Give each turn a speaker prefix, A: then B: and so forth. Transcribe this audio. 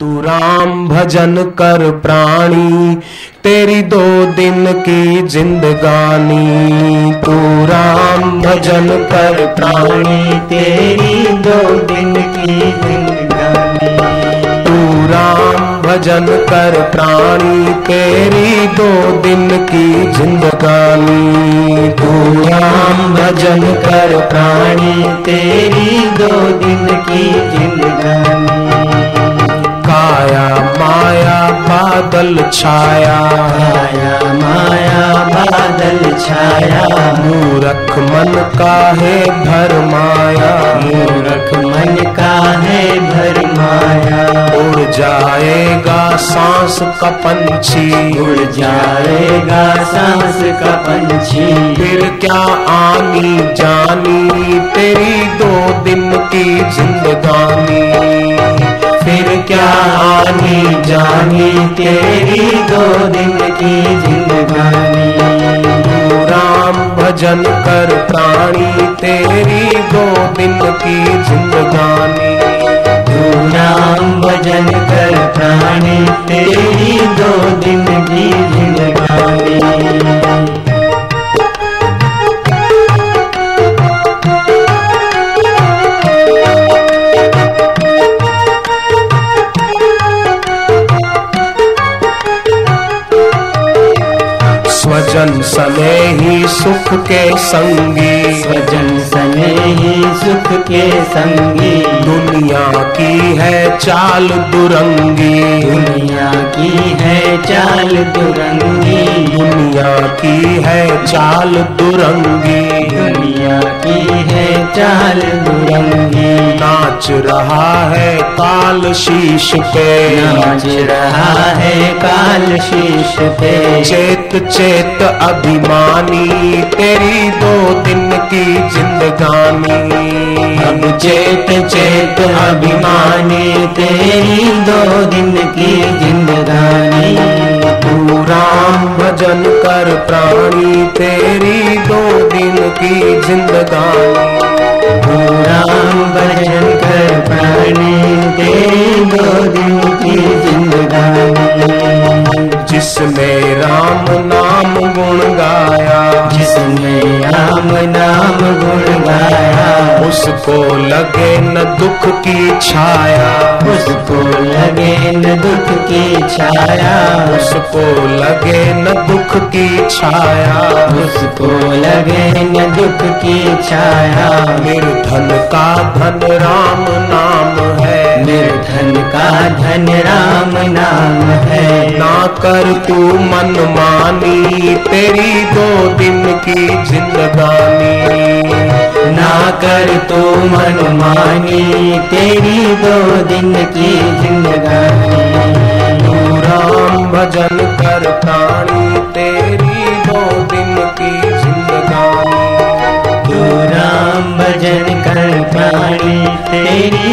A: तू राम भजन कर प्राणी तेरी दो दिन की जिंदगानी तू राम भजन कर प्राणी तेरी दो दिन की जिंदगानी तू राम भजन कर प्राणी तेरी दो दिन की जिंदगानी तू राम भजन कर प्राणी तेरी दो दिन की जिंदगानी काया माया बादल छाया
B: माया माया बादल छाया
A: मूरख मन का है भरमाया
B: मूरख मन का है भर माया
A: उड़ जाएगा सांस का पंछी
B: उड़ जाएगा सांस का पंछी
A: फिर क्या आनी जानी तेरी दो दिन की जिंदगानी
B: फिर क्या आनी जानी तेरी दो दिन की जिंदगानी
A: तू राम भजन कर प्राणी तेरी दो दिन की जिंदगानी
B: तू नाम भजन कर प्राणी तेरी दो दिन की जिंदगानी
A: स्वजन सने ही सुख के संगी
B: स्वजन सने ही सुख के संगी
A: दुनिया की है चाल दुरंगी
B: दुनिया की है चाल दुरंगी
A: दुनिया की है चाल दुरंगी
B: दुनिया की है चाल दुरंगी
A: नाच रहा है काल शीश पे
B: नाच रहा है काल शीश पे
A: चेत चेत अभिमानी तेरी दो दिन की
B: अब
A: जिंदगानी
B: चेत चेत अभिमानी तेरी दो दिन की जिंदगानी
A: तू राम भजन कर प्राणी तेरी दो दिन की जिंदगानी
B: तू राम भजन कर प्राणी तेरी दो दिन की जिंदगानी
A: जिसने राम नाम गुण गाया
B: जिसने राम नाम गुण गाया
A: उसको लगे न दुख की छाया
B: उसको लगे न दुख की छाया
A: उसको लगे न दुख की छाया
B: उसको लगे न दुख की छाया
A: निर्धन का धन राम नाम है
B: निर्धन का धन राम नाम है
A: ना कर तू मन मानी तेरी दो दिन की जिंदगानी
B: ना कर तू मनमानी तेरी दो दिन की जिंदगानी
A: तू राम भजन कर प्राणी तेरी दो दिन की जिंदगानी
B: तू राम भजन कर प्राणी तेरी